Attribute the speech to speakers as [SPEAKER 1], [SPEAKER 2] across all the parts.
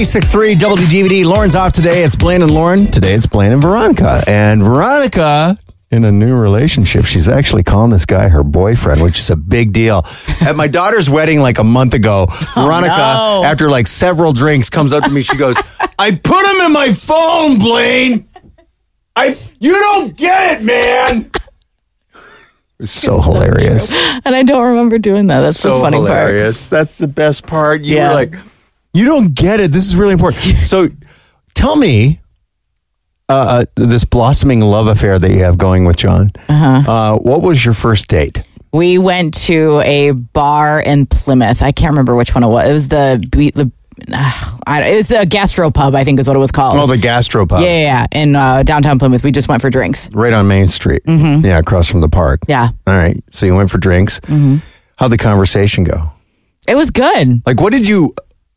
[SPEAKER 1] 96.3 WDVD. Lauren's off today. It's Blaine and Lauren. Today it's Blaine and Veronica. And Veronica, in a new relationship, she's actually calling this guy her boyfriend, which is a big deal. At my daughter's wedding like a month ago, Veronica,
[SPEAKER 2] no.
[SPEAKER 1] after like several drinks, comes up to me. She goes, I put him in my phone, Blaine. I, you don't get it, man. It was so hilarious
[SPEAKER 2] And I don't remember doing that. That's the funny
[SPEAKER 1] hilarious. That's the best part. You
[SPEAKER 2] Yeah.
[SPEAKER 1] were like, you don't get it. This is really important. So, tell me, uh, uh, this blossoming love affair that you have going with John. Uh-huh. what was your first date?
[SPEAKER 2] part. We went to a bar in Plymouth. I can't remember which one it was. It was the be- the uh, it was a gastro pub. I think is what it was called.
[SPEAKER 1] Oh, the gastropub,
[SPEAKER 2] yeah, yeah, yeah. in uh, downtown Plymouth. We just went for drinks.
[SPEAKER 1] right on Main Street. Mm-hmm. Yeah, across from the park.
[SPEAKER 2] Yeah,
[SPEAKER 1] All right. So you went for drinks. Mm-hmm. How'd the conversation go?
[SPEAKER 2] it was good.
[SPEAKER 1] Like, what did you?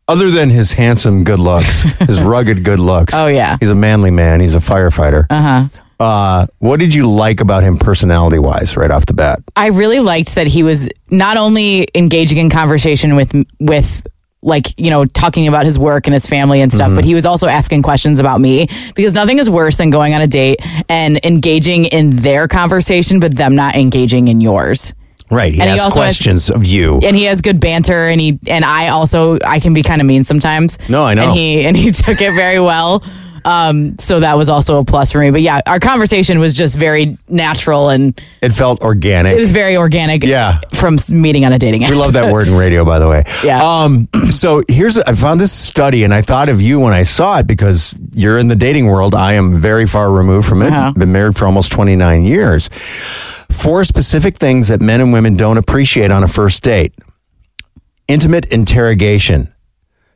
[SPEAKER 1] Other than his handsome good looks, his rugged good looks.
[SPEAKER 2] Oh, yeah.
[SPEAKER 1] He's a manly man. He's a firefighter.
[SPEAKER 2] Uh huh.
[SPEAKER 1] Uh, what did you like about him personality wise right off the bat?
[SPEAKER 2] I really liked that he was not only engaging in conversation with with like you know talking about his work and his family and stuff
[SPEAKER 1] Mm-hmm.
[SPEAKER 2] but he was also asking questions about me because nothing is worse than going on a date and engaging in their conversation but them not engaging in yours
[SPEAKER 1] Right. He
[SPEAKER 2] And he
[SPEAKER 1] asked
[SPEAKER 2] also has-
[SPEAKER 1] questions of you.
[SPEAKER 2] and he has good banter and he and I also I can be kind of mean sometimes
[SPEAKER 1] No, I know.
[SPEAKER 2] and he and he took it very well um so that was also a plus for me but yeah our conversation was just very natural and
[SPEAKER 1] It felt organic.
[SPEAKER 2] it was very organic
[SPEAKER 1] Yeah.
[SPEAKER 2] from s- meeting on a dating app
[SPEAKER 1] we love that word in radio, by the way.
[SPEAKER 2] Yeah.
[SPEAKER 1] Um, so here's, I found this study and I thought of you when I saw it because you're in the dating world. I am very far removed from it.
[SPEAKER 2] Uh-huh.
[SPEAKER 1] Been married for almost 29 years. Four specific things that men and women don't appreciate on a first date intimate interrogation.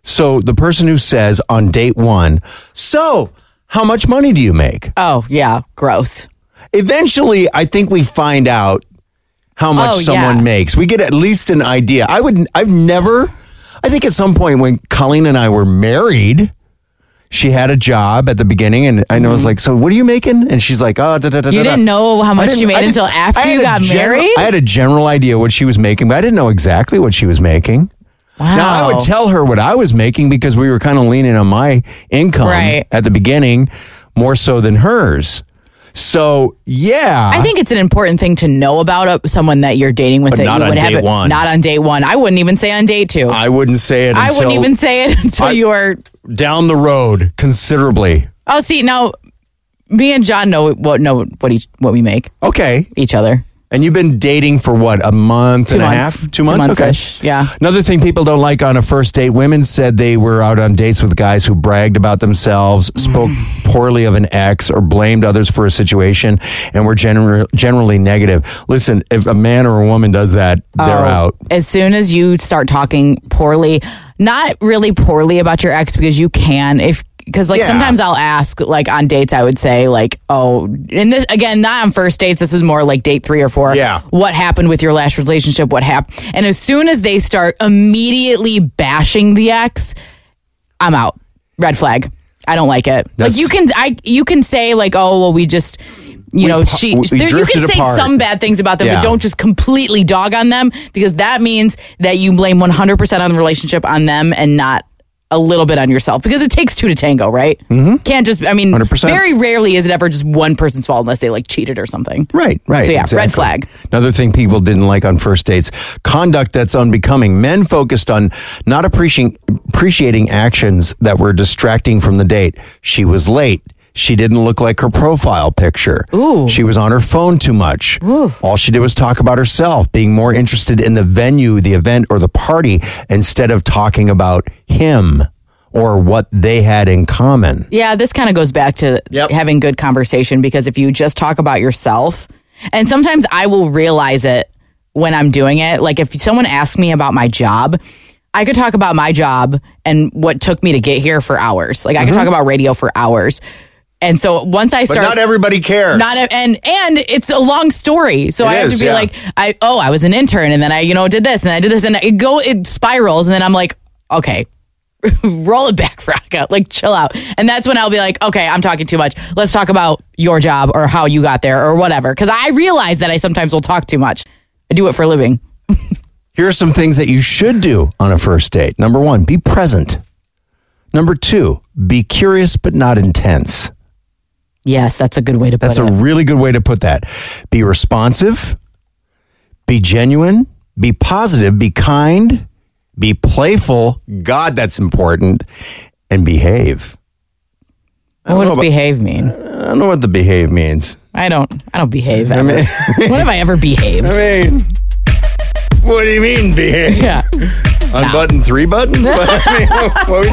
[SPEAKER 1] So the person who says on date one, so how much money do you make?
[SPEAKER 2] Oh yeah, gross.
[SPEAKER 1] eventually I think we find out how much
[SPEAKER 2] Oh,
[SPEAKER 1] someone
[SPEAKER 2] yeah.
[SPEAKER 1] makes. We get at least an idea. I would I've never I think at some point when Colleen and I were married, she had a job at the beginning and I was like, "So what are you making?" and she's like, "Oh, da, da, da,
[SPEAKER 2] Mm-hmm.
[SPEAKER 1] da,
[SPEAKER 2] You
[SPEAKER 1] da."
[SPEAKER 2] didn't know how
[SPEAKER 1] I
[SPEAKER 2] much
[SPEAKER 1] didn't-
[SPEAKER 2] you
[SPEAKER 1] I
[SPEAKER 2] made
[SPEAKER 1] didn't-
[SPEAKER 2] until
[SPEAKER 1] I
[SPEAKER 2] after
[SPEAKER 1] had
[SPEAKER 2] you
[SPEAKER 1] a
[SPEAKER 2] got
[SPEAKER 1] gen-
[SPEAKER 2] married.
[SPEAKER 1] I had a general idea what she was making, but I didn't know exactly what she was making.
[SPEAKER 2] wow.
[SPEAKER 1] Now I would tell her what I was making because we were kind of leaning on my income
[SPEAKER 2] Right.
[SPEAKER 1] at the beginning more so than hers. So yeah,
[SPEAKER 2] I think it's an important thing to know about uh, someone that you're dating with. that
[SPEAKER 1] not
[SPEAKER 2] you
[SPEAKER 1] on
[SPEAKER 2] would have
[SPEAKER 1] day
[SPEAKER 2] it-
[SPEAKER 1] one.
[SPEAKER 2] Not on day one. I wouldn't even say on day two. I,
[SPEAKER 1] I wouldn't say it. Until
[SPEAKER 2] wouldn't even say it until
[SPEAKER 1] I-
[SPEAKER 2] you are.
[SPEAKER 1] down the road considerably.
[SPEAKER 2] Oh, see now, me and John know what know what each what we make
[SPEAKER 1] Okay,
[SPEAKER 2] each other.
[SPEAKER 1] and you've been dating for what a month and
[SPEAKER 2] months.
[SPEAKER 1] a half,
[SPEAKER 2] Two months-ish, yeah.
[SPEAKER 1] Another thing people don't like on a first date: women said they were out on dates with guys who bragged about themselves,
[SPEAKER 2] Mm.
[SPEAKER 1] spoke poorly of an ex, or blamed others for a situation, and were gener- generally negative. Listen, if a man or a woman does that, they're
[SPEAKER 2] Oh,
[SPEAKER 1] out.
[SPEAKER 2] As soon as you start talking poorly, not really poorly about your ex because you can if because like
[SPEAKER 1] Yeah.
[SPEAKER 2] sometimes I'll ask like on dates I would say like oh and this again not on first dates this is more like date 3 or 4
[SPEAKER 1] Yeah.
[SPEAKER 2] what happened with your last relationship what happened and as soon as they start immediately bashing the ex I'm out red flag I don't like it
[SPEAKER 1] That's-
[SPEAKER 2] like you can I you can say like oh well we just you know
[SPEAKER 1] par-
[SPEAKER 2] she
[SPEAKER 1] we
[SPEAKER 2] there, you
[SPEAKER 1] drifted
[SPEAKER 2] can say
[SPEAKER 1] apart.
[SPEAKER 2] some bad things about them
[SPEAKER 1] Yeah.
[SPEAKER 2] but don't just completely dog on them because that means that you blame 100% on the relationship on them and not a little bit on yourself because it takes two to tango, right? Mm-hmm. Can't just, I mean,
[SPEAKER 1] 100%.
[SPEAKER 2] very rarely is it ever just one person's fault unless they like cheated or something.
[SPEAKER 1] Right, right.
[SPEAKER 2] So, yeah, red flag.
[SPEAKER 1] Another thing people didn't like on first dates conduct that's unbecoming. Men focused on not appreciating, appreciating actions that were distracting from the date. She was late. She didn't look like her profile picture. Ooh. She was on her phone too much. Ooh. All she did was talk about herself, being more interested in the venue, the event, or the party instead of talking about him or what they had in common.
[SPEAKER 2] Yeah, this kind of goes back to
[SPEAKER 1] Yep.
[SPEAKER 2] having good conversation because if you just talk about yourself, and sometimes I will realize it when I'm doing it. Like if someone asks me about my job, I could talk about my job and what took me to get here for hours. Like I could talk about radio for hours. And so once I
[SPEAKER 1] Mm-hmm. But
[SPEAKER 2] start
[SPEAKER 1] not everybody cares.
[SPEAKER 2] not a, and and it's a long story, so I have
[SPEAKER 1] is,
[SPEAKER 2] to be
[SPEAKER 1] yeah.
[SPEAKER 2] like, I oh, I was an intern, and then I you know did this, and I did this, and it go it spirals, and then I'm like, okay, roll it back, Veronica, like chill out, and that's when I'll be like, okay, I'm talking too much. Let's talk about your job or how you got there or whatever, because I realize that I sometimes will talk too much. I do it for a living.
[SPEAKER 1] Here are some things that you should do on a first date. Number one, be present. Number two, be curious but not intense.
[SPEAKER 2] Yes, that's a good way to put
[SPEAKER 1] That's
[SPEAKER 2] it.
[SPEAKER 1] a really good way to put that. Be responsive, be genuine, be positive, be kind, be playful. God, that's important. And behave.
[SPEAKER 2] what does
[SPEAKER 1] know about-
[SPEAKER 2] behave mean?
[SPEAKER 1] I don't know what the behave means.
[SPEAKER 2] I don't. I don't behave. Ever. what have I ever behaved?
[SPEAKER 1] I mean, what do you mean behave?
[SPEAKER 2] Yeah.
[SPEAKER 1] Unbutton three buttons? What- I mean, what are we